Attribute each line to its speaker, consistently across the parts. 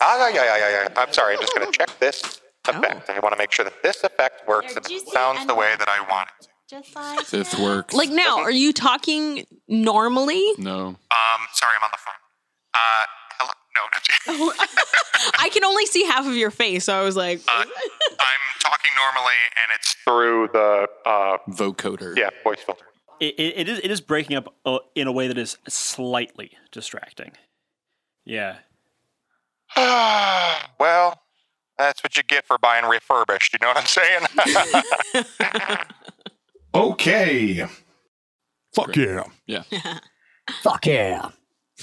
Speaker 1: Ah, yeah, yeah, yeah, yeah. I'm sorry. I'm just going to check this effect. I want to make sure that this effect works
Speaker 2: There,
Speaker 1: and
Speaker 2: do you
Speaker 1: it
Speaker 2: see
Speaker 1: sounds the
Speaker 2: any-
Speaker 1: way that I want it.
Speaker 2: Just like
Speaker 3: This
Speaker 2: that.
Speaker 3: works.
Speaker 4: Like now, are you talking normally?
Speaker 3: no.
Speaker 1: Um, sorry, I'm on the phone. Uh, hello. No, no.
Speaker 4: I can only see half of your face, so I was like,
Speaker 1: Uh, I'm talking normally, and it's through the uh,
Speaker 3: Vocoder.
Speaker 1: yeah voice filter.
Speaker 5: It, it, it is it is breaking up uh, in a way that is slightly distracting. Yeah.
Speaker 1: well, that's what you get for buying refurbished. You know what I'm saying?
Speaker 6: Okay. Fuck yeah.
Speaker 3: Yeah.
Speaker 7: Fuck yeah.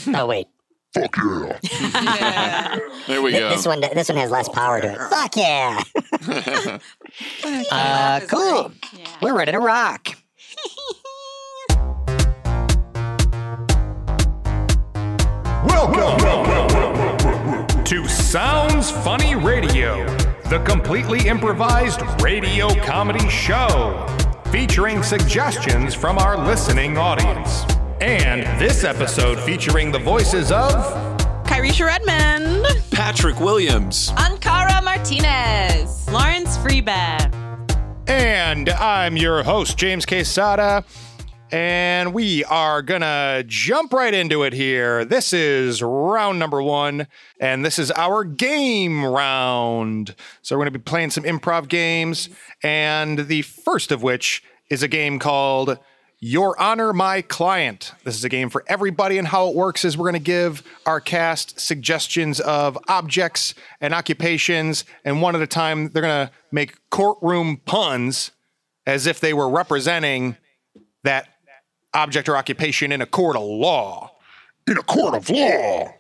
Speaker 7: Oh wait,
Speaker 6: Fuck yeah.
Speaker 3: There we
Speaker 7: Th-
Speaker 3: go.
Speaker 7: this one this one has less power to it. Fuck yeah. uh, cool.
Speaker 2: Yeah.
Speaker 7: We're ready to rock.
Speaker 8: Welcome to Sounds Funny Radio, the completely improvised radio comedy show featuring suggestions from our listening audience. And this episode featuring the voices of
Speaker 4: Kyrisha Redmond,
Speaker 3: Patrick Williams.
Speaker 2: Ankara Martinez.
Speaker 4: Lawrence Freebad.
Speaker 8: and I'm your host James Quesada. And we are gonna jump right into it here. This is round number one, and this is our game round. So we're gonna be playing some improv games, and the first of which is a game called Your Honor My Client. This is a game for everybody, and how it works is we're gonna give our cast suggestions of objects and occupations, and one at a time, they're gonna make courtroom puns as if they were representing that object or occupation in a court of law.
Speaker 6: In a court of law.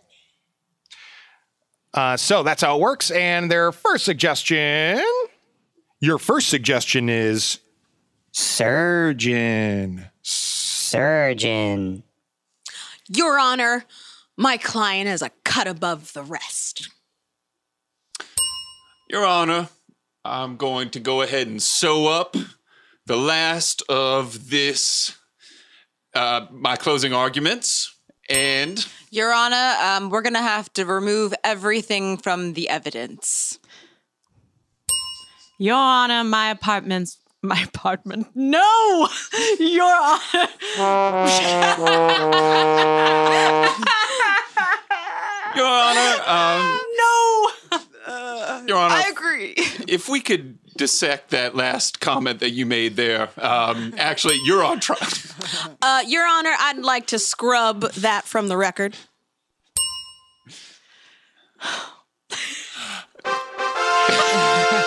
Speaker 8: Uh, so that's how it works. And their first suggestion, your first suggestion is surgeon.
Speaker 7: Surgeon.
Speaker 4: Your Honor, my client is a cut above the rest.
Speaker 3: Your Honor, I'm going to go ahead and sew up the last of this, uh, my closing arguments. And
Speaker 9: Your Honor, um, we're going to have to remove everything from the evidence.
Speaker 4: Your Honor, my apartment's my apartment. No, Your Honor.
Speaker 3: Your Honor, um,
Speaker 9: No!
Speaker 3: Your Honor,
Speaker 9: I agree.
Speaker 3: if we could dissect that last comment that you made there, um, actually, you're on trial.
Speaker 4: Uh, Your Honor, I'd like to scrub that from the record.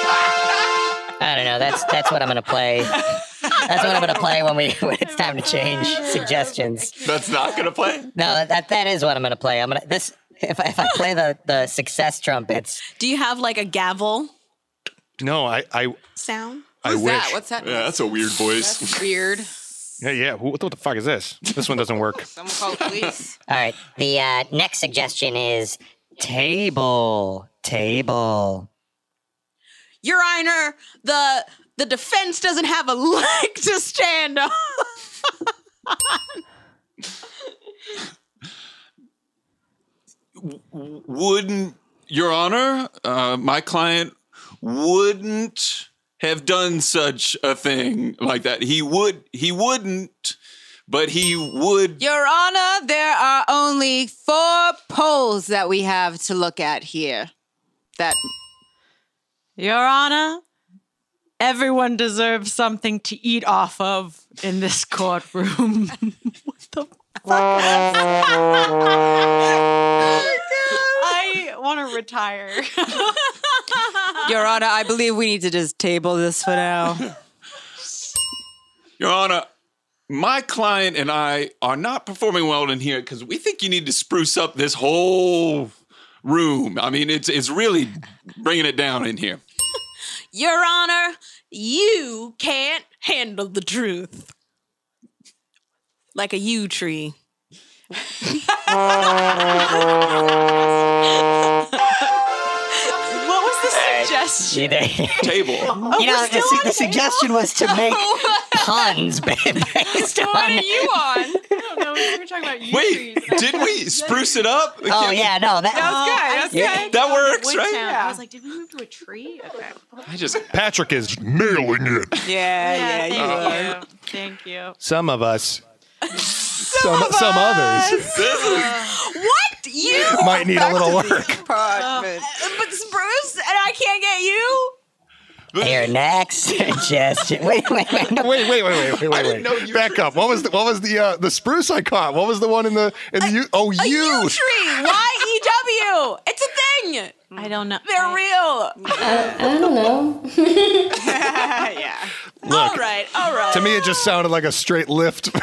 Speaker 7: I don't know. That's that's what I'm gonna play. That's what I'm gonna play when we when it's time to change suggestions.
Speaker 3: That's not going to play.
Speaker 7: No, that that is what I'm gonna play. I'm gonna this if I, if I play the the success trumpets.
Speaker 4: Do you have like a gavel
Speaker 8: No, I, I,
Speaker 4: sound?
Speaker 8: I
Speaker 9: What's
Speaker 8: wish.
Speaker 9: that? What's that?
Speaker 3: Yeah, that's a weird voice.
Speaker 9: That's weird.
Speaker 8: Yeah, yeah. Who- What the, what the fuck is this? This one doesn't work.
Speaker 9: Someone call the police.
Speaker 7: All right. The uh, next suggestion is table. Table.
Speaker 4: Your Honor, the the defense doesn't have a leg to stand on.
Speaker 3: wouldn't, Your Honor, uh, my client wouldn't have done such a thing like that. He would, he wouldn't, but he would.
Speaker 9: Your Honor, there are only four polls that we have to look at here. That
Speaker 2: Your Honor, everyone deserves something to eat off of in this courtroom. I want to retire.
Speaker 9: Your Honor, I believe we need to just table this for now.
Speaker 3: Your Honor, my client and I are not performing well in here because we think you need to spruce up this whole room. I mean, it's it's really bringing it down in here.
Speaker 4: Your Honor, you can't handle the truth. Like a yew tree.
Speaker 2: What was the suggestion?
Speaker 7: You know,
Speaker 3: Table.
Speaker 2: Oh,
Speaker 7: you know the, su- the suggestion was to make puns ba- based
Speaker 2: What
Speaker 7: on
Speaker 2: are you on? I don't know we were talking about yew trees.
Speaker 3: Wait, did we spruce it up?
Speaker 7: Oh yeah, no, that,
Speaker 2: That was good. That was
Speaker 7: yeah.
Speaker 2: good.
Speaker 3: That works,
Speaker 2: Woodtown.
Speaker 3: right?
Speaker 2: I was like, did we move to a tree? Okay.
Speaker 3: I just
Speaker 8: Patrick is
Speaker 6: Nailing it.
Speaker 9: Yeah, yeah. you are.
Speaker 2: yeah thank you. Thank you.
Speaker 8: some of us. some some, others
Speaker 4: What you?
Speaker 8: might need a little work.
Speaker 9: Apartment.
Speaker 4: But Spruce and I can't get you.
Speaker 7: Your next suggestion. Wait, wait, wait. No.
Speaker 8: Wait, wait, wait, wait, wait, wait. wait. Back up. What was the what was the uh, the spruce I caught? What was the one in the in the U- oh
Speaker 4: A
Speaker 8: you
Speaker 4: yew tree. Y E W. It's a thing.
Speaker 2: I don't know.
Speaker 4: They're
Speaker 2: I-
Speaker 4: real.
Speaker 10: I don't know.
Speaker 4: all right. All right.
Speaker 8: to me it just sounded like a straight lift.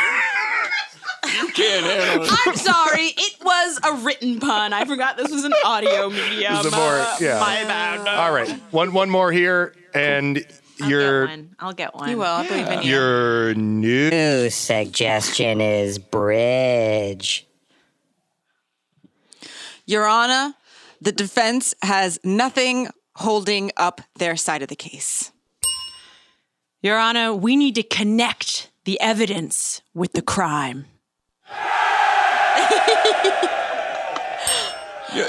Speaker 3: can't handle it.
Speaker 4: I'm sorry. It was a written pun. I forgot this was an audio medium.
Speaker 8: It's a more-
Speaker 4: Uh,
Speaker 8: yeah.
Speaker 4: My bad.
Speaker 8: All right, one one more here, and your
Speaker 2: I'll get one. I'll get one.
Speaker 9: You will. I believe in you.
Speaker 8: your new
Speaker 7: New suggestion is bridge.
Speaker 9: Your Honor, the defense has nothing holding up their side of the case.
Speaker 2: Your Honor, we need to connect the evidence with the crime.
Speaker 3: Your-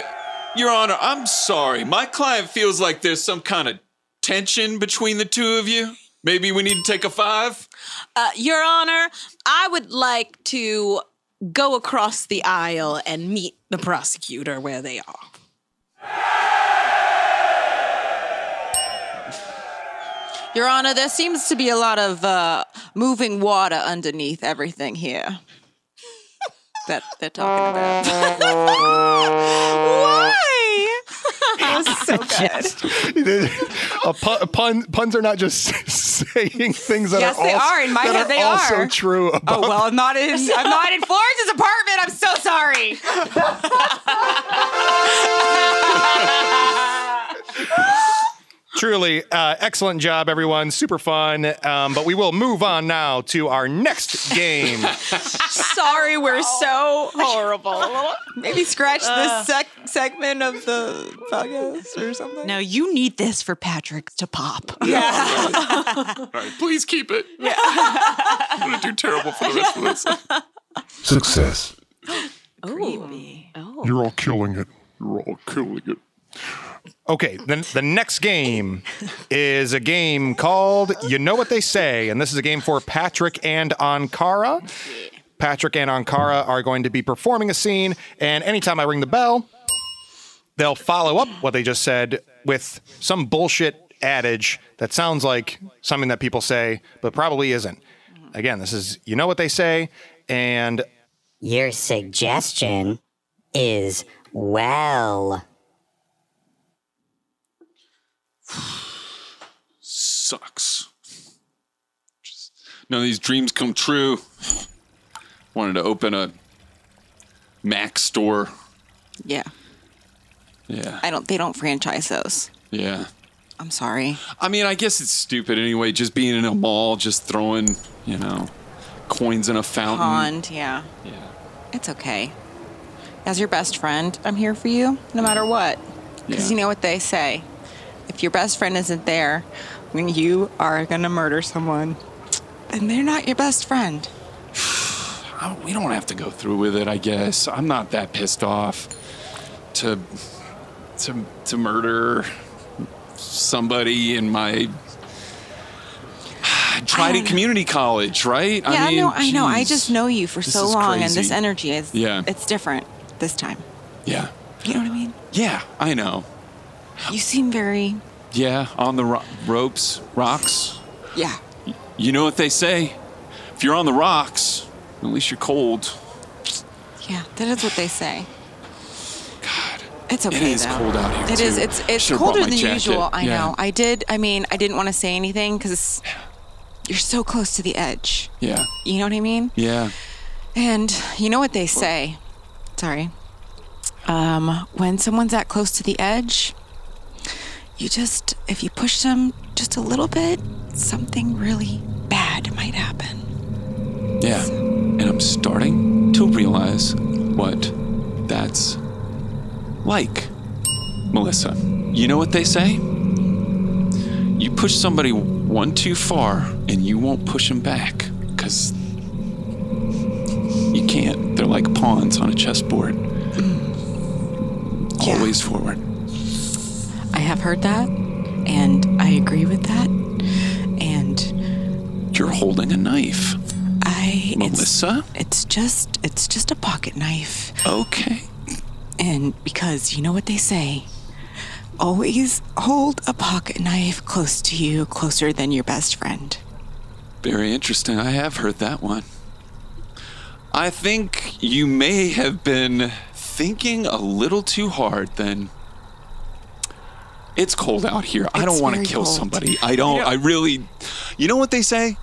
Speaker 3: Your Honor, I'm sorry. My client feels like there's some kind of tension between the two of you. Maybe we need to take a five.
Speaker 4: Uh, Your Honor, I would like to go across the aisle and meet the prosecutor where they are.
Speaker 9: Your Honor, there seems to be a lot of uh, moving water underneath everything here that they're talking about.
Speaker 4: Why?
Speaker 7: Just
Speaker 8: a pun, pun, puns are not just saying things that
Speaker 9: Yes,
Speaker 8: are
Speaker 9: they
Speaker 8: also,
Speaker 9: are. In my
Speaker 8: that
Speaker 9: head,
Speaker 8: are
Speaker 9: they
Speaker 8: also
Speaker 9: are.
Speaker 8: true about
Speaker 9: Oh well, I'm not in. I'm not in Florence's apartment. I'm so sorry.
Speaker 8: Truly, uh, excellent job, everyone. Super fun. Um, but we will move on now to our next game.
Speaker 4: Sorry, we're so horrible.
Speaker 9: Maybe scratch this sec- segment of the podcast or something.
Speaker 2: Now you need this for Patrick to pop.
Speaker 3: All right, please keep it. I'm gonna do terrible for the rest of this.
Speaker 6: Success.
Speaker 2: Creepy.
Speaker 6: You're all killing it. You're all killing it.
Speaker 8: Okay, then the next game is a game called You Know What They Say, and this is a game for Patrick and Ankara. Patrick and Ankara are going to be performing a scene, and anytime I ring the bell, they'll follow up what they just said with some bullshit adage that sounds like something that people say, but probably isn't. Again, this is You Know What They Say, and
Speaker 7: your suggestion is well.
Speaker 3: Sucks. Just- None of these dreams come true. Wanted to open a Mac store.
Speaker 9: Yeah,
Speaker 3: Yeah,
Speaker 9: I don't. They don't franchise those.
Speaker 3: yeah.
Speaker 9: I'm sorry.
Speaker 3: I mean, I guess it's stupid anyway. Just being in a mall, just throwing, you know, coins in a fountain.
Speaker 9: Pond. Yeah,
Speaker 3: Yeah.
Speaker 9: it's okay. As your best friend, I'm here for you, no matter what. Because
Speaker 3: Yeah.
Speaker 9: you know what they say: if your best friend isn't there when you are gonna murder someone, then they're not your best friend.
Speaker 3: I- we don't have to go through with it, I guess. I'm not that pissed off to to to murder somebody in my I tried in community college, right?
Speaker 9: Yeah, I,
Speaker 3: mean,
Speaker 9: know. I know. I
Speaker 3: jeez.
Speaker 9: just know you for
Speaker 3: This
Speaker 9: so
Speaker 3: is
Speaker 9: long, and this
Speaker 3: crazy.
Speaker 9: energy is.
Speaker 3: Yeah.
Speaker 9: It's different this time.
Speaker 3: Yeah.
Speaker 9: You know what I mean?
Speaker 3: Yeah, I know.
Speaker 9: You seem very.
Speaker 3: Yeah, on the ro- ropes, rocks.
Speaker 9: Yeah.
Speaker 3: You know what they say? If you're on the rocks, at least you're cold.
Speaker 9: Yeah. That is what they say.
Speaker 3: God.
Speaker 9: It's okay.
Speaker 3: It is
Speaker 9: though.
Speaker 3: cold out here.
Speaker 9: It is.
Speaker 3: too.
Speaker 9: It's it's
Speaker 3: Should've brought
Speaker 9: colder
Speaker 3: my
Speaker 9: than
Speaker 3: jacket.
Speaker 9: usual. I
Speaker 3: Yeah.
Speaker 9: know. I did. I mean, I didn't want to say anything because you're so close to the edge.
Speaker 3: Yeah.
Speaker 9: You know what I mean?
Speaker 3: Yeah.
Speaker 9: And you know what they say. Sorry. Um, when someone's that close to the edge, you just if you push them just a little bit, something really bad might happen.
Speaker 3: Yeah. And I'm starting to realize what that's like. Melissa, you know what they say? You push somebody one too far and you won't push them back because You can't. They're like pawns on a chessboard.
Speaker 9: Yeah.
Speaker 3: Always forward.
Speaker 9: I have heard that, and I agree with that. And
Speaker 3: You're holding a knife,
Speaker 9: I it's,
Speaker 3: Melissa.
Speaker 9: it's just it's just a pocket knife.
Speaker 3: Okay.
Speaker 9: And because you know what they say, always hold a pocket knife close to you, closer than your best friend.
Speaker 3: Very interesting. I have heard that one. I think you may have been thinking a little too hard then. It's cold out here. I don't
Speaker 9: It's
Speaker 3: want to
Speaker 9: very
Speaker 3: kill
Speaker 9: cold.
Speaker 3: somebody. I don't, I really, you know what they say?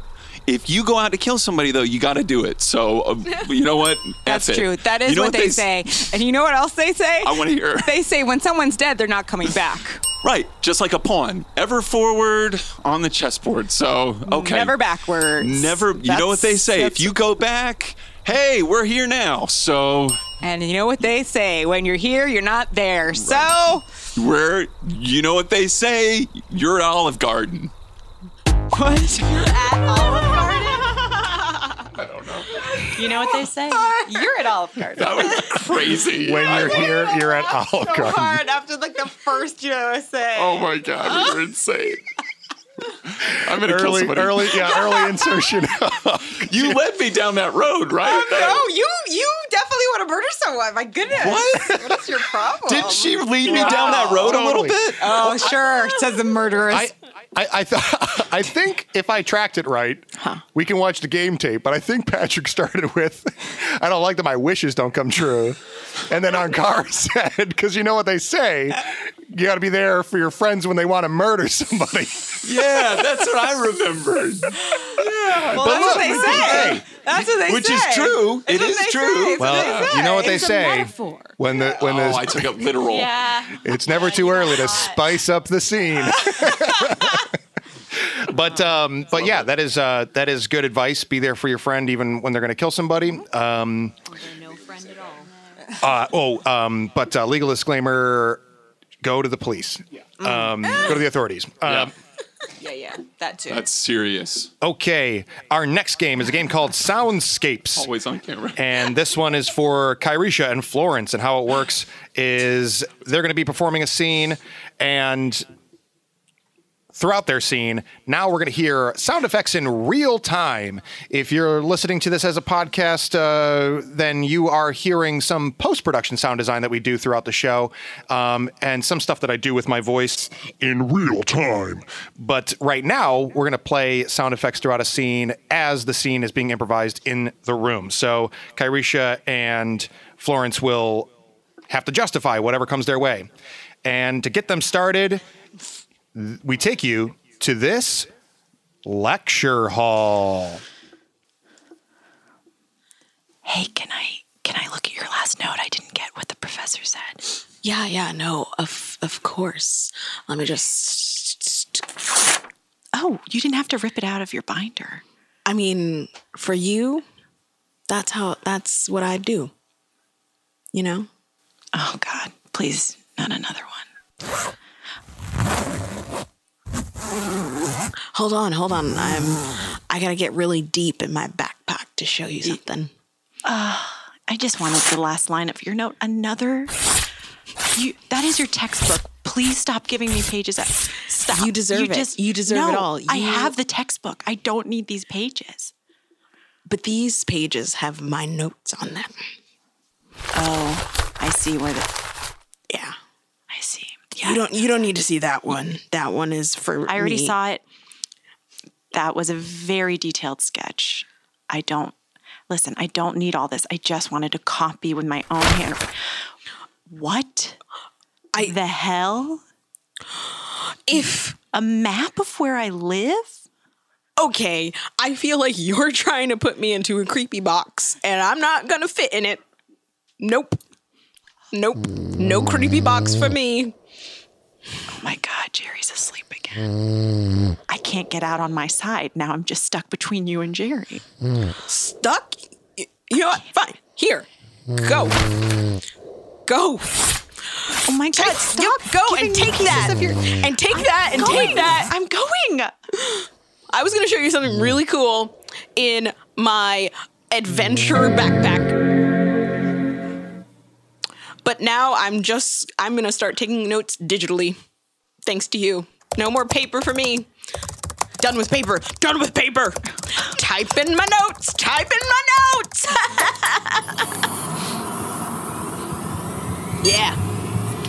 Speaker 3: If you go out to kill somebody, though, you got to do it. So, uh, you know what?
Speaker 9: That's
Speaker 3: F it.
Speaker 9: true. That is
Speaker 3: You know
Speaker 9: what, they,
Speaker 3: s-
Speaker 9: say. And you know what else they say?
Speaker 3: I wanna hear.
Speaker 9: They say when someone's dead, they're not coming back.
Speaker 3: Right. Just like a pawn, ever forward on the chessboard. So, okay.
Speaker 9: Never backwards.
Speaker 3: Never, you know what they
Speaker 9: That's-
Speaker 3: say? If
Speaker 9: that's-
Speaker 3: you go back, hey, we're here now. So,
Speaker 9: And you know what they say? When you're here, you're not there. So
Speaker 3: Where you know what they say, you're at Olive Garden.
Speaker 2: You know what they say?
Speaker 9: you're at Olive Garden.
Speaker 3: That was crazy.
Speaker 8: When you're here, you're at Olive Garden.
Speaker 9: after like the first you know I say.
Speaker 3: oh my god, you're insane. I'm gonna kill
Speaker 8: Early,
Speaker 3: somebody.
Speaker 8: early, yeah, early insertion.
Speaker 3: You led me down that road, right?
Speaker 9: Oh, you you definitely want to murder someone. My goodness.
Speaker 3: What?
Speaker 9: What's your problem?
Speaker 3: Did she lead me down that road a little
Speaker 8: Totally.
Speaker 3: bit?
Speaker 9: Oh, sure, says the murderess.
Speaker 8: I, I, I, th- I think if I tracked it right, we can watch the game tape. But I think Patrick started with, "I don't like that my wishes don't come true," and then Ankara said, "Because you know what they say, you got to be there for your friends when they want to murder somebody."
Speaker 3: Yeah, that's what I remembered.
Speaker 9: well, that's what they say.
Speaker 8: Hey,
Speaker 9: That's what they
Speaker 3: Which
Speaker 9: say.
Speaker 3: is true. It
Speaker 9: That's what
Speaker 3: is
Speaker 9: they say.
Speaker 3: true.
Speaker 9: It's what
Speaker 8: Well,
Speaker 9: they
Speaker 8: you know what
Speaker 9: say.
Speaker 8: they say when the when
Speaker 3: Oh,
Speaker 8: the
Speaker 3: I took it literal.
Speaker 2: Yeah.
Speaker 8: It's never too early to spice up the scene. but um, but yeah, that is uh, that is good advice. Be there for your friend even when they're going to kill somebody. Um,
Speaker 2: No friend at all.
Speaker 8: uh, oh, um, but uh, legal disclaimer: go to the police. Um, go to the authorities. Um,
Speaker 9: Yeah, yeah, that too.
Speaker 3: That's serious.
Speaker 8: Okay, our next game is a game called Soundscapes.
Speaker 3: Always on camera.
Speaker 8: And this one is for Kyrisha and Florence. And how it works is they're going to be performing a scene, and throughout their scene, now we're going to hear sound effects in real time. If you're listening to this as a podcast, uh, then you are hearing some post production sound design that we do throughout the show, um, and some stuff that I do with my voice.
Speaker 6: In real time.
Speaker 8: But right now, we're going to play sound effects throughout a scene as the scene is being improvised in the room. So Kyrisha and Florence will have to justify whatever comes their way. And to get them started, th- we take you to this lecture hall.
Speaker 9: Hey, can I can I look at your last note? I didn't get what the professor said.
Speaker 4: Yeah, yeah, no, of of course. Let me just.
Speaker 9: Oh, you didn't have to rip it out of your binder.
Speaker 4: I mean, for you, that's how. That's what I do. You know.
Speaker 9: Oh God, please, not another one.
Speaker 4: Hold on, hold on. I'm. I gotta get really deep in my backpack to show you something.
Speaker 2: I just wanted the last line of your note. Another. You. That is your textbook. Please stop giving me pages. At, stop.
Speaker 4: You deserve it. You deserve it
Speaker 2: No,
Speaker 4: all.
Speaker 2: I
Speaker 4: You-
Speaker 2: have the textbook. I don't need these pages.
Speaker 4: But these pages have my notes on them.
Speaker 2: Oh, I see where the.
Speaker 4: Yeah.
Speaker 2: I see.
Speaker 4: You don't. You don't need to see that one. That one is for.
Speaker 2: I already
Speaker 4: me.
Speaker 2: saw it. That was a very detailed sketch. I don't listen, I don't need all this. I just wanted to copy with my own hand. What
Speaker 4: I-
Speaker 2: the hell?
Speaker 4: If
Speaker 2: A map of where I live?
Speaker 4: okay, I feel like you're trying to put me into a creepy box, and I'm not gonna fit in it. Nope. Nope. No creepy box for me.
Speaker 2: Oh my god, Jerry's asleep again. I can't get out on my side. Now I'm just stuck between you and Jerry.
Speaker 4: Stuck. Y- You know what? Fine. Here. Go. Go.
Speaker 2: Oh my god,
Speaker 4: You
Speaker 2: stop.
Speaker 4: go
Speaker 2: giving
Speaker 4: and
Speaker 2: me
Speaker 4: take
Speaker 2: pieces
Speaker 4: that.
Speaker 2: of your-
Speaker 4: and take that and
Speaker 2: Going.
Speaker 4: take that.
Speaker 2: I'm going.
Speaker 4: I was going to show you something really cool in my adventurer backpack. But now I'm just I'm gonna start taking notes digitally, thanks to you. No more paper for me. Done with paper. Done with paper. type in my notes. Type in my notes. yeah.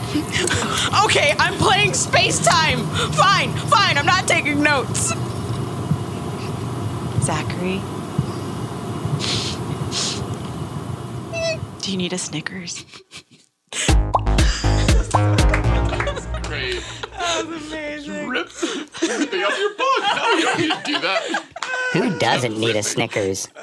Speaker 4: okay, I'm playing space time. Fine, fine. I'm not taking notes.
Speaker 2: Zachary. Do you need a Snickers?
Speaker 3: Great. Rip everything out of your book. No, you don't need to do that.
Speaker 7: Who doesn't need a Snickers?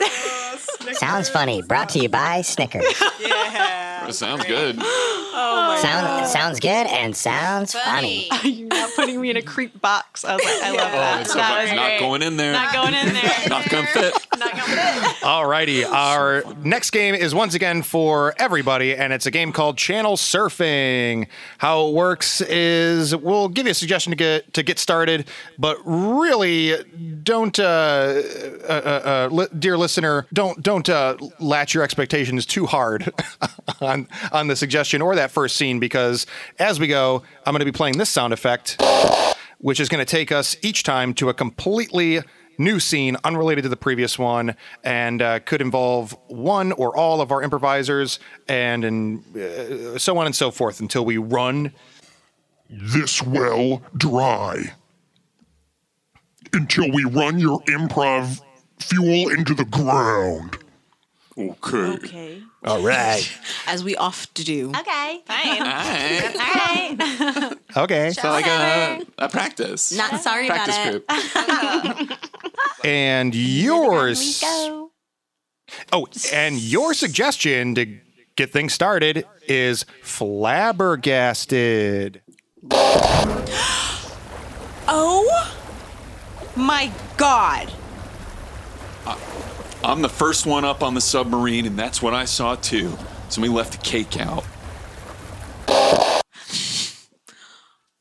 Speaker 7: Sounds funny. Brought to you by Snickers.
Speaker 3: That sounds good.
Speaker 2: Oh
Speaker 7: Sound, sounds good and sounds funny.
Speaker 2: You're not putting me in a creep box. I was like, I love
Speaker 3: Oh,
Speaker 2: that.
Speaker 3: it's
Speaker 2: that
Speaker 3: not,
Speaker 2: was
Speaker 3: not
Speaker 2: great.
Speaker 3: going in there.
Speaker 2: Not going in there.
Speaker 3: Not gonna fit.
Speaker 2: not going in.
Speaker 8: Alrighty, our next game is once again for everybody, and it's a game called Channel Surfing. How it works is we'll give you a suggestion to get to get started, but really don't, uh, uh, uh, uh, li- dear listener, don't don't uh, latch your expectations too hard on on the suggestion or that first scene because as we go, I'm going to be playing this sound effect which is going to take us each time to a completely new scene unrelated to the previous one and uh, could involve one or all of our improvisers and, and uh, so on and so forth until we run.
Speaker 6: This well dry. Until we run your improv fuel into the ground.
Speaker 3: Okay.
Speaker 2: Okay.
Speaker 8: All right.
Speaker 4: As we oft do.
Speaker 10: Okay.
Speaker 3: All
Speaker 10: Fine.
Speaker 3: right.
Speaker 10: All right.
Speaker 8: Okay.
Speaker 3: So like a, a practice.
Speaker 10: Not sorry about
Speaker 3: practice
Speaker 10: it.
Speaker 3: group.
Speaker 8: And yours. Oh, and your suggestion to get things started is flabbergasted.
Speaker 4: Oh my god.
Speaker 3: I'm the first one up on the submarine, and that's what I saw too. Somebody left the cake out.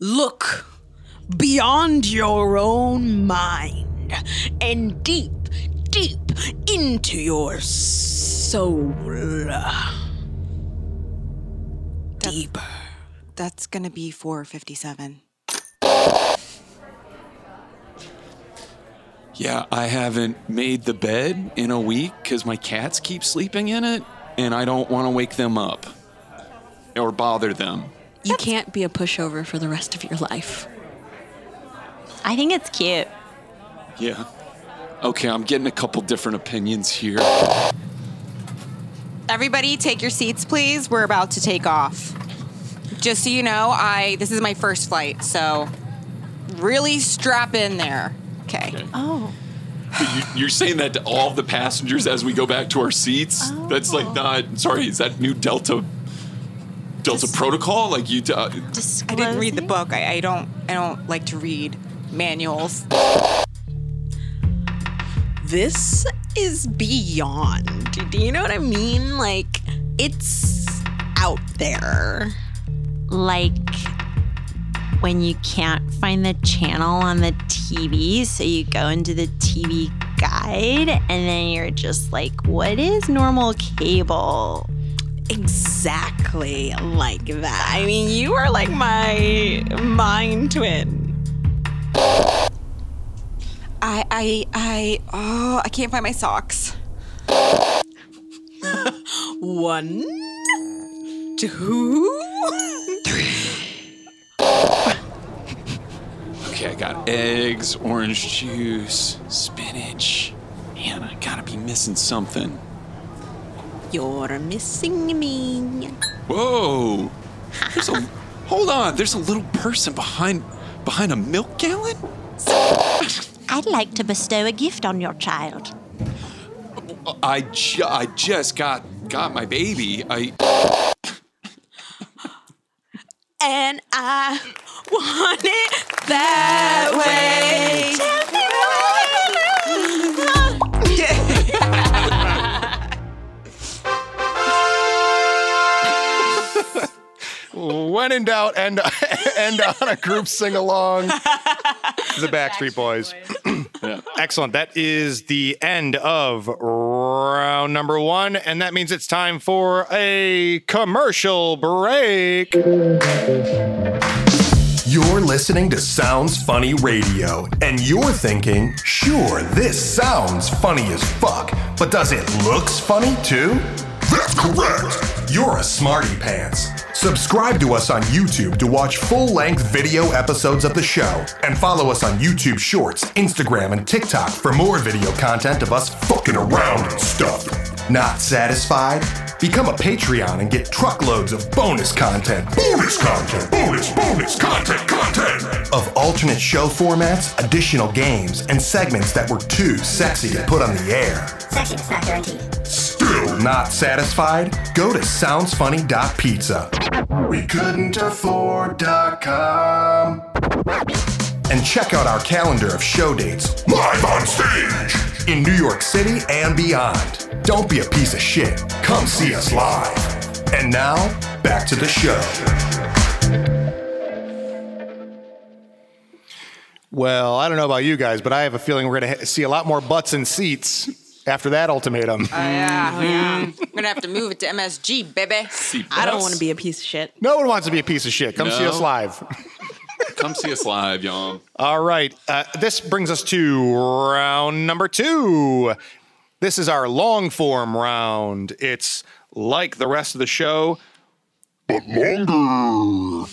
Speaker 4: Look beyond your own mind and deep, deep into your soul. Deeper.
Speaker 9: That's gonna be 457.
Speaker 3: Yeah, I haven't made the bed in a week because my cats keep sleeping in it, and I don't want to wake them up or bother them.
Speaker 10: You can't be a pushover for the rest of your life.
Speaker 2: I think it's cute.
Speaker 3: Yeah. Okay, I'm getting a couple different opinions here.
Speaker 9: Everybody, take your seats, please. We're about to take off. Just so you know, I this is my first flight, so really strap in there. Okay.
Speaker 2: Oh.
Speaker 3: You, you're saying that to all the passengers as we go back to our seats. That's like not. Sorry, is that new Delta Delta protocol? Like you. Uh,
Speaker 9: I didn't read the book. I, I don't. I don't like to read manuals.
Speaker 4: This is beyond. Do you know what I mean? Like, it's out there.
Speaker 10: Like when you can't find the channel on the TV, so you go into the TV guide and then you're just like, what is normal cable?
Speaker 4: Exactly like that. I mean, you are like my mind twin.
Speaker 9: I. I. I. Oh, I can't find my socks.
Speaker 4: One, two,
Speaker 3: okay, I got eggs, orange juice, spinach. Man, I gotta be missing something.
Speaker 4: You're missing me.
Speaker 3: Whoa! There's a hold on. There's a little person behind behind a milk gallon.
Speaker 10: I'd like to bestow a gift on your child.
Speaker 3: I ju- I just got got my baby. I
Speaker 4: And I want it that way.
Speaker 8: When in doubt, end, end on a group sing along. The Backstreet Boys. Excellent. That is the end of round number one, and that means it's time for a commercial break.
Speaker 7: You're listening to Sounds Funny Radio, and you're thinking, sure, this sounds funny as fuck, but does it looks funny too? That's correct! You're a smarty pants. Subscribe to us on YouTube to watch full length video episodes of the show, and follow us on YouTube Shorts, Instagram, and TikTok for more video content of us fucking around and stuff. Not satisfied? Become a Patreon and get truckloads of bonus content. Bonus content! Bonus, bonus content, content! Of alternate show formats, additional games, and segments that were too sexy to put on the air.
Speaker 11: Sexy's not guaranteed.
Speaker 7: Still not satisfied? Go to soundsfunny.pizza We couldn't afford .com. and check out our calendar of show dates live on stage in New York City and beyond. Don't be a piece of shit. Come see us live. And now, back to the show.
Speaker 8: Well, I don't know about you guys, but I have a feeling we're going to see a lot more butts and seats after that ultimatum.
Speaker 12: Yeah, yeah. I'm gonna have to move it to MSG, baby. I don't want to be a piece of shit.
Speaker 8: No one wants to be a piece of shit. Come see
Speaker 3: No.
Speaker 8: us live.
Speaker 3: Come see us live, y'all.
Speaker 8: All right. Uh, this brings us to round number two. This is our long form round. It's like the rest of the show, but longer.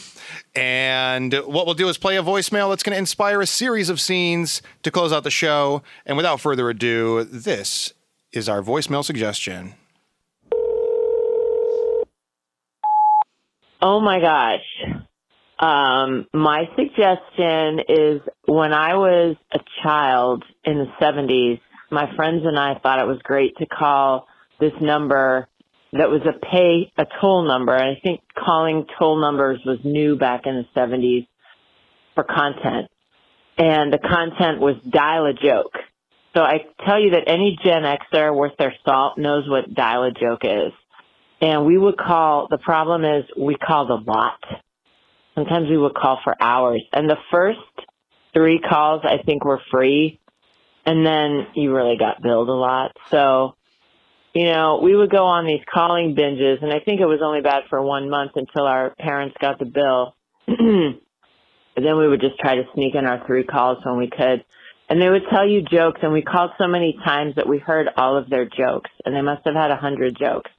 Speaker 8: And what we'll do is play a voicemail that's going to inspire a series of scenes to close out the show. And without further ado, this is our voicemail suggestion.
Speaker 9: Oh my gosh. Um, my suggestion is when I was a child in the 70s, my friends and I thought it was great to call this number that was a pay, a toll number. And I think calling toll numbers was new back in the 70s for content. And the content was dial a joke. So I tell you that any Gen Xer worth their salt knows what dial a joke is and we would call the problem is we called a lot sometimes we would call for hours and the first three calls i think were free and then you really got billed a lot so you know we would go on these calling binges and i think it was only bad for one month until our parents got the bill and then we would just try to sneak in our three calls when we could and they would tell you jokes and we called so many times that we heard all of their jokes and they must have had a hundred jokes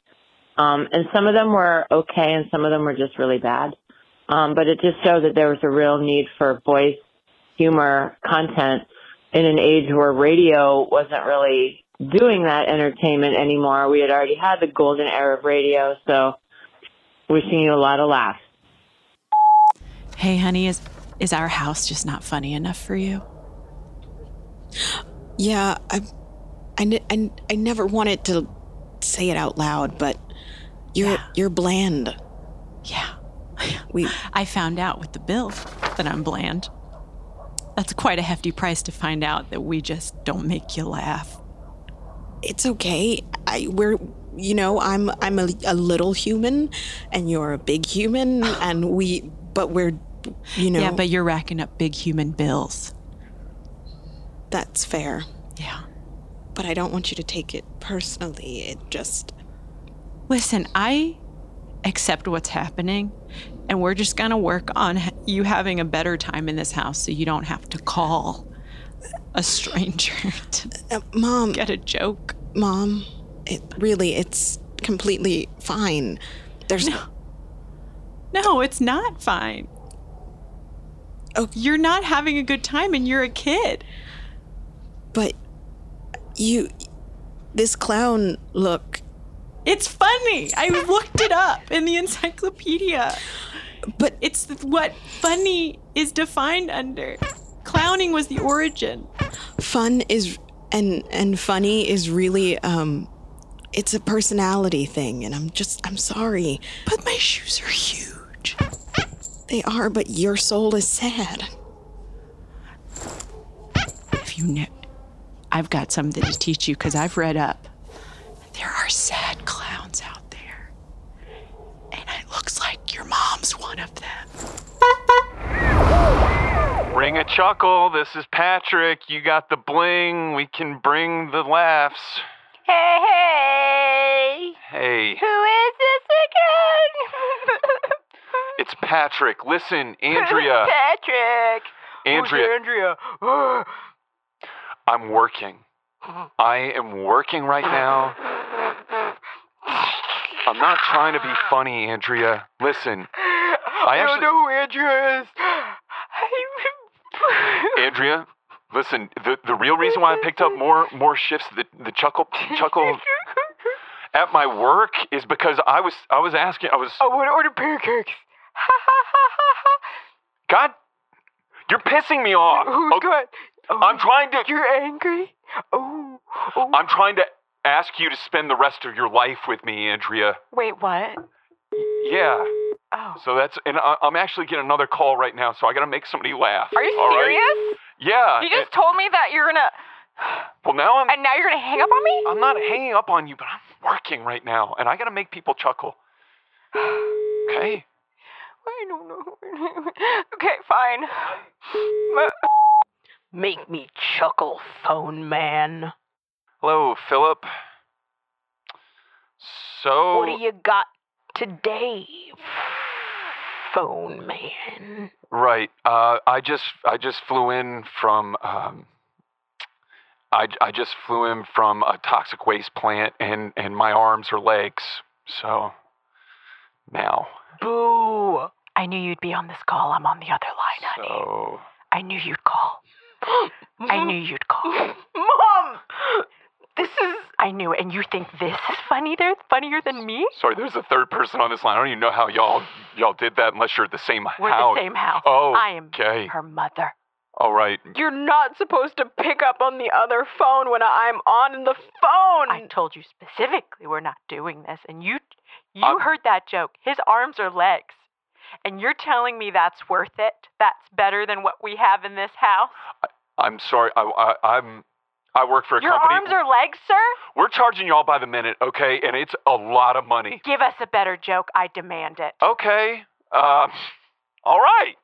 Speaker 9: um, and some of them were okay and some of them were just really bad. Um, but it just showed that there was a real need for voice humor content in an age where radio wasn't really doing that entertainment anymore. We had already had the golden era of radio, so wishing you a lot of laughs.
Speaker 2: Hey, honey, is is our house just not funny enough for you?
Speaker 4: Yeah, I, I, ne- I, I never wanted to say it out loud, but you're you're bland.
Speaker 2: Yeah. We I found out with the bill that I'm bland. That's quite a hefty price to find out that we just don't make you laugh.
Speaker 4: It's okay. I we're you know I'm I'm a, a little human, and you're a big human, and we but we're you know
Speaker 2: Yeah, but you're racking up big human bills.
Speaker 4: that's fair.
Speaker 2: Yeah.
Speaker 4: But I don't want you to take it personally. It just
Speaker 2: Listen, I accept what's happening, and we're just going to work on h- you having a better time in this house so you don't have to call a stranger to
Speaker 4: uh, mom
Speaker 2: get a joke.
Speaker 4: Mom, it really it's completely fine. There's no
Speaker 2: No, it's not fine.
Speaker 4: Oh,
Speaker 2: you're not having a good time and you're a kid.
Speaker 4: But you, this clown look.
Speaker 2: It's funny. I looked it up in the encyclopedia.
Speaker 4: But
Speaker 2: it's what funny is defined under. Clowning was the origin.
Speaker 4: fun is and and funny is really um it's a personality thing and I'm just I'm sorry. But my shoes are huge. They are, but your soul is sad.
Speaker 2: If you know, I've got something to teach you because I've read up. There are sad clowns out there, and it looks like your mom's one of them.
Speaker 13: Ring a chuckle. This is Patrick. You got the bling. We can bring the laughs.
Speaker 14: Hey, hey.
Speaker 15: Hey,
Speaker 14: Who is this again?
Speaker 15: it's Patrick. Listen, Andrea.
Speaker 14: Patrick.
Speaker 15: Andrea.
Speaker 14: Who's Andrea.
Speaker 15: I'm working. I am working right now. I'm not trying to be funny, Andrea. Listen,
Speaker 14: I,
Speaker 15: actually-
Speaker 14: don't know who Andrea is.
Speaker 15: Andrea, listen. The the real reason why I picked up more more shifts the the chuckle chuckle at my work is because I was I was asking I was
Speaker 14: I want to order pancakes.
Speaker 15: God, you're pissing me off.
Speaker 14: Who's got-
Speaker 15: I'm trying to.
Speaker 14: Oh, You're angry? Oh,
Speaker 15: I'm trying to ask you to spend the rest of your life with me, Andrea.
Speaker 14: Wait, what?
Speaker 15: Yeah. Oh. So that's and I, I'm actually getting another call right now, so I gotta make somebody laugh.
Speaker 14: Are you
Speaker 15: all right?
Speaker 14: serious?
Speaker 15: Yeah.
Speaker 14: You just
Speaker 15: and-
Speaker 14: told me that you're gonna.
Speaker 15: well, now I'm
Speaker 14: And now you're gonna hang up on me?
Speaker 15: I'm not hanging up on you, but I'm working right now, and I gotta make people chuckle. Okay.
Speaker 14: I don't know. okay, fine. Make me chuckle, phone man.
Speaker 15: Hello, Philip. So.
Speaker 14: What do you got today, phone man?
Speaker 15: Right. Uh, I just I just flew in from um, I I just flew in from a toxic waste plant, and and my arms are legs. So now,
Speaker 14: Boo! I knew you'd be on this call. I'm on the other line, honey.
Speaker 15: oh,
Speaker 14: I knew you'd call. I knew you'd call.
Speaker 16: Mom!
Speaker 14: This is. I knew, and you think this is funny? They're funnier than me?
Speaker 15: sorry. There's a third person on this line. I don't even know how y'all y'all did that unless you're at the same
Speaker 14: We're
Speaker 15: house.
Speaker 14: the same house.
Speaker 15: Oh,
Speaker 14: I am
Speaker 15: okay.
Speaker 14: her mother.
Speaker 15: All right.
Speaker 16: You're not supposed to pick up on the other phone when I'm on the phone.
Speaker 14: I told you specifically we're not doing this, and you you
Speaker 16: I'm-
Speaker 14: heard that joke. His arms are legs, and you're telling me that's worth it? That's better than what we have in this house.
Speaker 15: I'm sorry. I, I I'm I work for a
Speaker 14: Your
Speaker 15: company.
Speaker 14: arms are legs, sir.
Speaker 15: We're charging y'all by the minute, okay? And it's a lot of money.
Speaker 14: Give us a better joke. I demand it.
Speaker 15: Okay. Uh, all right.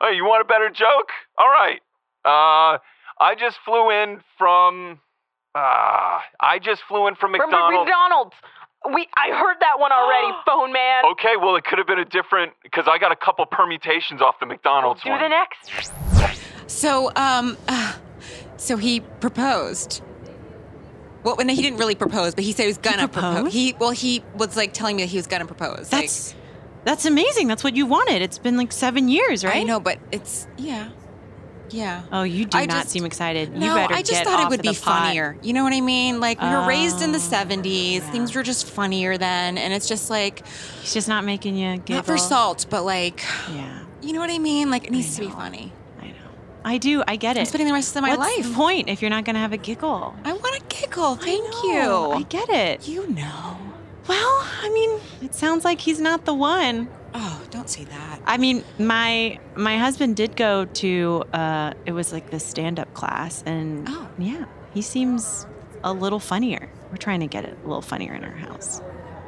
Speaker 15: Hey, you want a better joke? All right. Uh, I just flew in from. Uh, I just flew in from
Speaker 16: From
Speaker 15: McDonald's.
Speaker 16: McDonald's. We I heard that one already, phone man.
Speaker 15: Okay, well, it could have been a different because I got a couple permutations off the McDonald's
Speaker 9: do
Speaker 15: one.
Speaker 9: the
Speaker 14: next.
Speaker 9: So, um, uh, so he proposed. Well, no, he didn't really propose, but he said he was gonna propose. He well, he was like telling me that he was gonna propose.
Speaker 2: That's that's amazing. That's what you wanted. It's been like seven years, right? I know,
Speaker 9: but it's yeah, yeah.
Speaker 2: Oh, you do
Speaker 9: I
Speaker 2: not
Speaker 9: just-
Speaker 2: seem excited.
Speaker 9: No,
Speaker 2: you better
Speaker 9: I just
Speaker 2: get
Speaker 9: thought
Speaker 2: off
Speaker 9: it would
Speaker 2: of
Speaker 9: be
Speaker 2: the pot.
Speaker 9: funnier. You know what I mean? Like we were raised in the
Speaker 2: Oh,
Speaker 9: '70s, things were just funnier then, and it's just like
Speaker 2: he's just not making you
Speaker 9: not for
Speaker 2: giggle.
Speaker 9: salt, but like
Speaker 2: yeah,
Speaker 9: you know what I mean? Like it needs to be funny.
Speaker 2: I do. I get it. I'm
Speaker 9: spending the rest of my
Speaker 2: What's
Speaker 9: life.
Speaker 2: the point if you're not gonna have a giggle?
Speaker 9: I want to giggle. Thank
Speaker 2: know,
Speaker 9: you.
Speaker 2: I get it.
Speaker 9: You know.
Speaker 2: Well, I mean, it sounds like he's not the one.
Speaker 9: Oh, don't say that.
Speaker 2: I mean, my my husband did go to uh it was like this stand-up class and
Speaker 9: Oh.
Speaker 2: yeah, he seems a little funnier. We're trying to get it a little funnier in our house.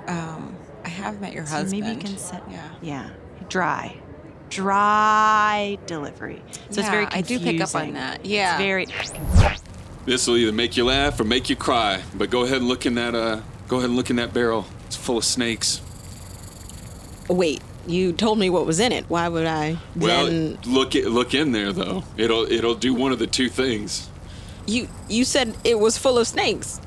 Speaker 9: Um, I have met your
Speaker 2: so
Speaker 9: husband.
Speaker 2: Maybe you can set
Speaker 9: Yeah.
Speaker 2: Yeah. Dry. Dry delivery. So it's
Speaker 9: Yeah,
Speaker 2: very
Speaker 9: I do
Speaker 2: confusing.
Speaker 9: pick up on that. Yeah.
Speaker 2: It's very
Speaker 3: This will either make you laugh or make you cry. But go ahead and look in that uh go ahead and look in that barrel. It's full of snakes.
Speaker 4: Oh, Wait, you told me what was in it. Why would I
Speaker 3: Well,
Speaker 4: then?
Speaker 3: look i- look in there though. It'll it'll do one of the two things.
Speaker 4: You you said it was full of snakes.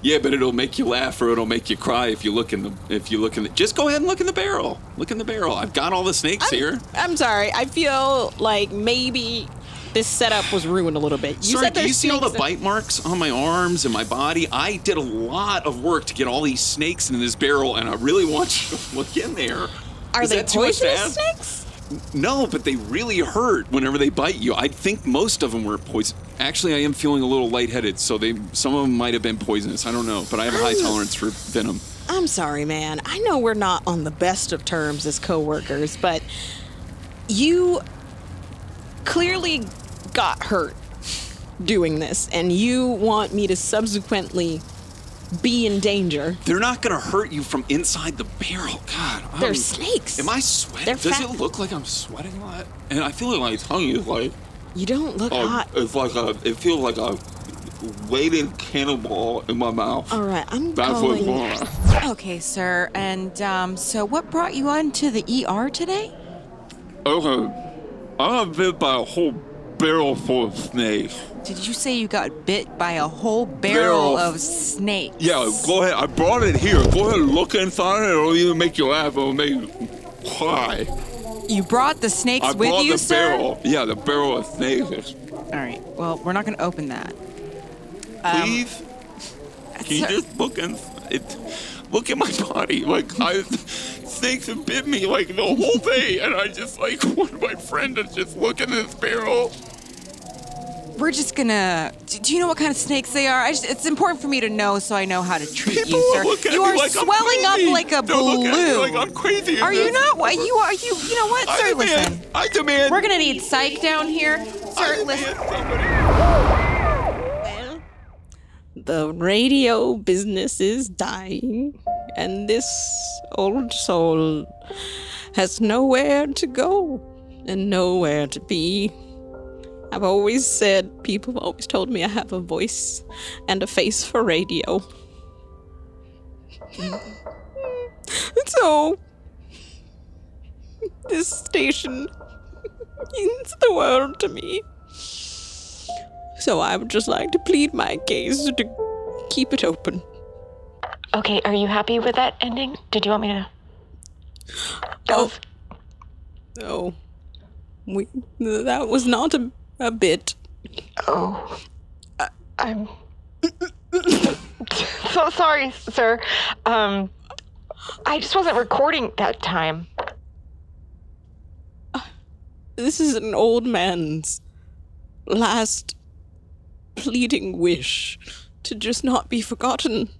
Speaker 3: Yeah, but it'll make you laugh or it'll make you cry if you look in the if you look in the just go ahead and look in the barrel. Look in the barrel. I've got all the snakes here.
Speaker 4: I'm sorry. I feel like maybe this setup was ruined a little bit. You
Speaker 3: Sorry,
Speaker 4: said
Speaker 3: do
Speaker 4: there's
Speaker 3: you see all
Speaker 4: snakes
Speaker 3: the bite marks on my arms and my body? I did a lot of work to get all these snakes in this barrel, and I really want you to look in there.
Speaker 4: Are
Speaker 3: Is
Speaker 4: they
Speaker 3: that too much to
Speaker 4: poisonous
Speaker 3: ask?
Speaker 4: snakes?
Speaker 3: No, but they really hurt whenever they bite you. I think most of them were poison. Actually, I am feeling a little lightheaded, so they some of them might have been poisonous. I don't know, but I have a high
Speaker 4: I'm-
Speaker 3: tolerance for venom.
Speaker 4: I'm sorry, man. I know we're not on the best of terms as coworkers, but you clearly got hurt doing this, and you want me to subsequently be in danger.
Speaker 3: They're not going to hurt you from inside the barrel. God, I'm,
Speaker 4: They're snakes.
Speaker 3: Am I sweating?
Speaker 4: They're
Speaker 3: Does
Speaker 4: fat-
Speaker 3: it look like I'm sweating a lot? And I feel like my tongue is like
Speaker 4: You don't look
Speaker 3: Oh,
Speaker 4: hot.
Speaker 3: It's like a. It feels like a. weighted cannonball in my mouth.
Speaker 4: Oh,
Speaker 9: All right, I'm
Speaker 3: That's what
Speaker 9: going.
Speaker 3: going.
Speaker 9: Okay, sir. And um, so, what brought you on to the ER today?
Speaker 3: Okay. I got bit by a whole barrel full of snakes.
Speaker 9: Did you say you got bit by a whole barrel
Speaker 3: Barrel.
Speaker 9: of snake?
Speaker 3: Yeah, go ahead. I brought it here. Go ahead and look inside it. It'll either make you laugh or make you cry.
Speaker 9: You brought the snakes
Speaker 3: I
Speaker 9: with
Speaker 3: brought
Speaker 9: you,
Speaker 3: the
Speaker 9: sir.
Speaker 3: barrel. Yeah, the barrel of snakes.
Speaker 9: All right. Well, we're not going to open that.
Speaker 3: Please?
Speaker 9: Um,
Speaker 3: Can you just look in it? Look at my body. Like I, snakes have bit me like the whole day, and I just like want my friend to just look at this barrel.
Speaker 9: We're just gonna. Do do you know what kind of snakes they are? I just, it's important for me to know so I know how to treat you, sir.
Speaker 3: looking at
Speaker 9: you
Speaker 3: me
Speaker 9: are
Speaker 3: like I'm
Speaker 9: swelling up
Speaker 3: crazy.
Speaker 9: like a
Speaker 3: They're looking at me
Speaker 9: balloon.
Speaker 3: like I'm crazy.
Speaker 9: Are you not? Why you are you? You know what,
Speaker 3: I
Speaker 9: sir?
Speaker 3: demand-
Speaker 9: Listen.
Speaker 3: I demand.
Speaker 9: We're gonna need psych down here, sir. Listen.
Speaker 4: The radio business is dying, and this old soul has nowhere to go and nowhere to be. I've always said, people have always told me I have a voice and a face for radio. so, this station means the world to me. So I would just like to plead my case to keep it open.
Speaker 17: Okay, are you happy with that ending? Did you want me to?
Speaker 4: Oh, we, that was not a, a bit.
Speaker 17: Oh, I, I'm so sorry, sir. Um, I just wasn't recording that time.
Speaker 4: This is an old man's last pleading wish to just not be forgotten.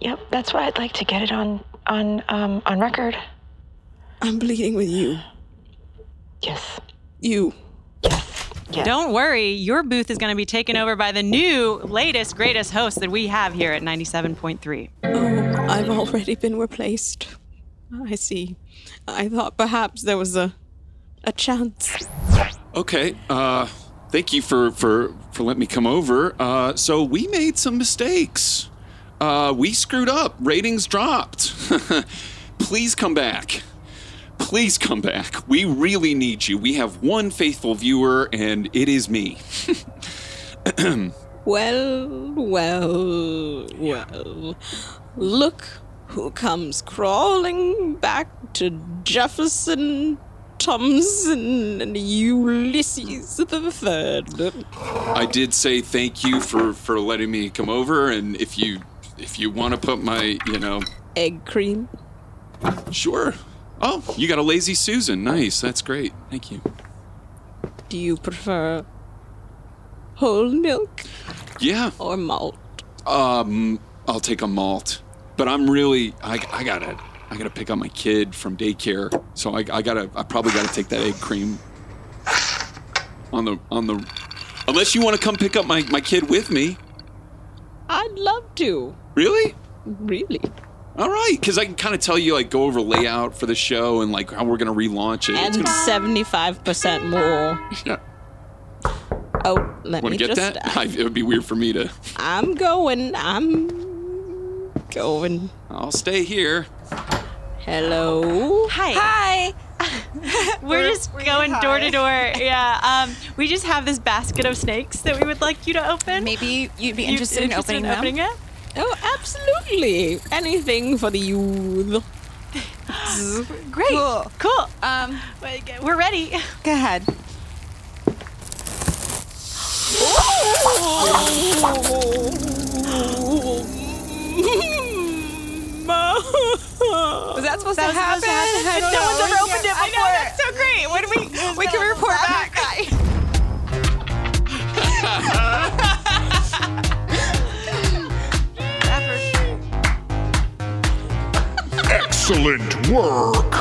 Speaker 17: Yep, that's why I'd like to get it on on um on record.
Speaker 4: I'm pleading with you.
Speaker 17: Yes.
Speaker 4: You.
Speaker 2: Don't worry, your booth is going to be taken over by the new, latest, greatest host that we have here at 97.3.
Speaker 4: I've already been replaced. I see. I thought perhaps there was a a chance.
Speaker 3: Okay. Uh, thank you for for for letting me come over. Uh, so we made some mistakes. Uh, we screwed up. Ratings dropped. Please come back. Please come back. We really need you. We have one faithful viewer, and it is me.
Speaker 4: Well, well, well. Look who comes crawling back to Jefferson, Thompson, and Ulysses the Third.
Speaker 3: I did say thank you for for letting me come over, and if you if you want to put my you know
Speaker 4: Egg cream.
Speaker 3: sure. Oh, you got a lazy Susan. Nice. That's great. Thank you.
Speaker 4: Do you prefer whole milk?
Speaker 3: Yeah.
Speaker 4: Or malt.
Speaker 3: Um, I'll take a malt, but I'm really I, I gotta I gotta pick up my kid from daycare, so I, I gotta I probably gotta take that egg cream on the on the unless you want to come pick up my my kid with me.
Speaker 4: I'd love to.
Speaker 3: Really?
Speaker 4: Really?
Speaker 3: All right, because I can kind of tell you like go over layout for the show and like how we're gonna relaunch it. It's
Speaker 4: And
Speaker 3: gonna-
Speaker 4: 75% more.
Speaker 3: Yeah.
Speaker 4: Oh, let
Speaker 3: Want
Speaker 4: me
Speaker 3: to get
Speaker 4: just.
Speaker 3: that? I, it would be weird for me to.
Speaker 4: I'm going. I'm going.
Speaker 3: I'll stay here.
Speaker 4: Hello.
Speaker 2: Hi. Hi. We're, just going door to door. Yeah. Um, we just have this basket of snakes that we would like you to open.
Speaker 9: Maybe you'd be
Speaker 4: interested in opening them?
Speaker 2: it?
Speaker 4: Oh, absolutely. Anything for the youth.
Speaker 2: Great. Cool.
Speaker 9: Um,
Speaker 2: we're ready.
Speaker 9: Go ahead.
Speaker 4: Was
Speaker 9: that
Speaker 2: That
Speaker 9: supposed, to,
Speaker 2: was supposed
Speaker 9: happen?
Speaker 2: to happen?
Speaker 9: I don't
Speaker 2: No
Speaker 9: know.
Speaker 2: one's ever
Speaker 9: Yeah,
Speaker 2: opened it
Speaker 9: I
Speaker 2: before.
Speaker 9: know.
Speaker 2: That's so great. What do we? We can report back.
Speaker 6: Excellent work.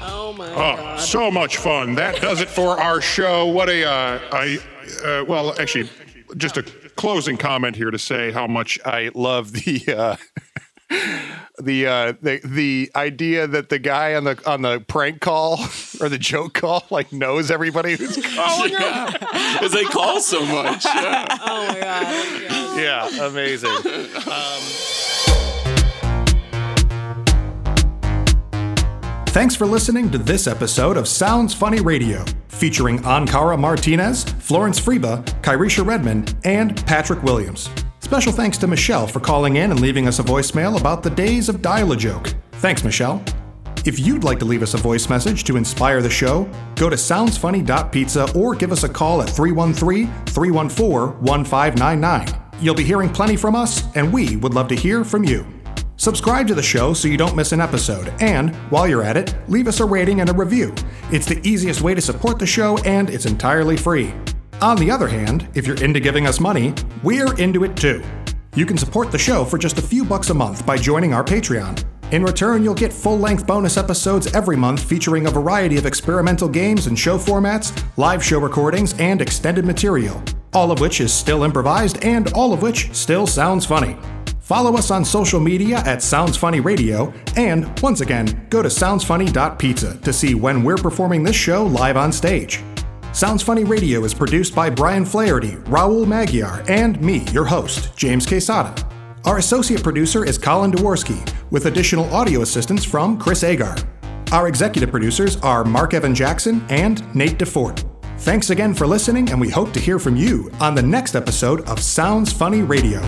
Speaker 4: Oh my
Speaker 6: Oh, so much fun. That does it for our show. What a, uh, I, uh, well, actually, just a closing comment here to say how much I love the, uh,
Speaker 18: the uh, the the idea that the guy on the on the prank call or the joke call like knows everybody who's calling
Speaker 3: Yeah. Because they call so much. Yeah.
Speaker 19: Oh my god.
Speaker 18: yeah, amazing. Um,
Speaker 8: Thanks for listening to this episode of Sounds Funny Radio, featuring Ankara Martinez, Florence Freba, Kyrisha Redmond, and Patrick Williams. Special thanks to Michelle for calling in and leaving us a voicemail about the days of dial a joke. Thanks, Michelle. If you'd like to leave us a voice message to inspire the show, go to soundsfunny.pizza or give us a call at 313 314 1599. You'll be hearing plenty from us, and we would love to hear from you. Subscribe to the show so you don't miss an episode, and while you're at it, leave us a rating and a review. It's the easiest way to support the show, and it's entirely free. On the other hand, if you're into giving us money, we're into it too. You can support the show for just a few bucks a month by joining our Patreon. In return, you'll get full length bonus episodes every month featuring a variety of experimental games and show formats, live show recordings, and extended material, all of which is still improvised and all of which still sounds funny. Follow us on social media at Sounds Funny Radio, and once again, go to soundsfunny.pizza to see when we're performing this show live on stage. Sounds Funny Radio is produced by Brian Flaherty, Raul Magyar, and me, your host, James Quesada. Our associate producer is Colin Dworsky, with additional audio assistance from Chris Agar. Our executive producers are Mark Evan Jackson and Nate DeFort. Thanks again for listening, and we hope to hear from you on the next episode of Sounds Funny Radio.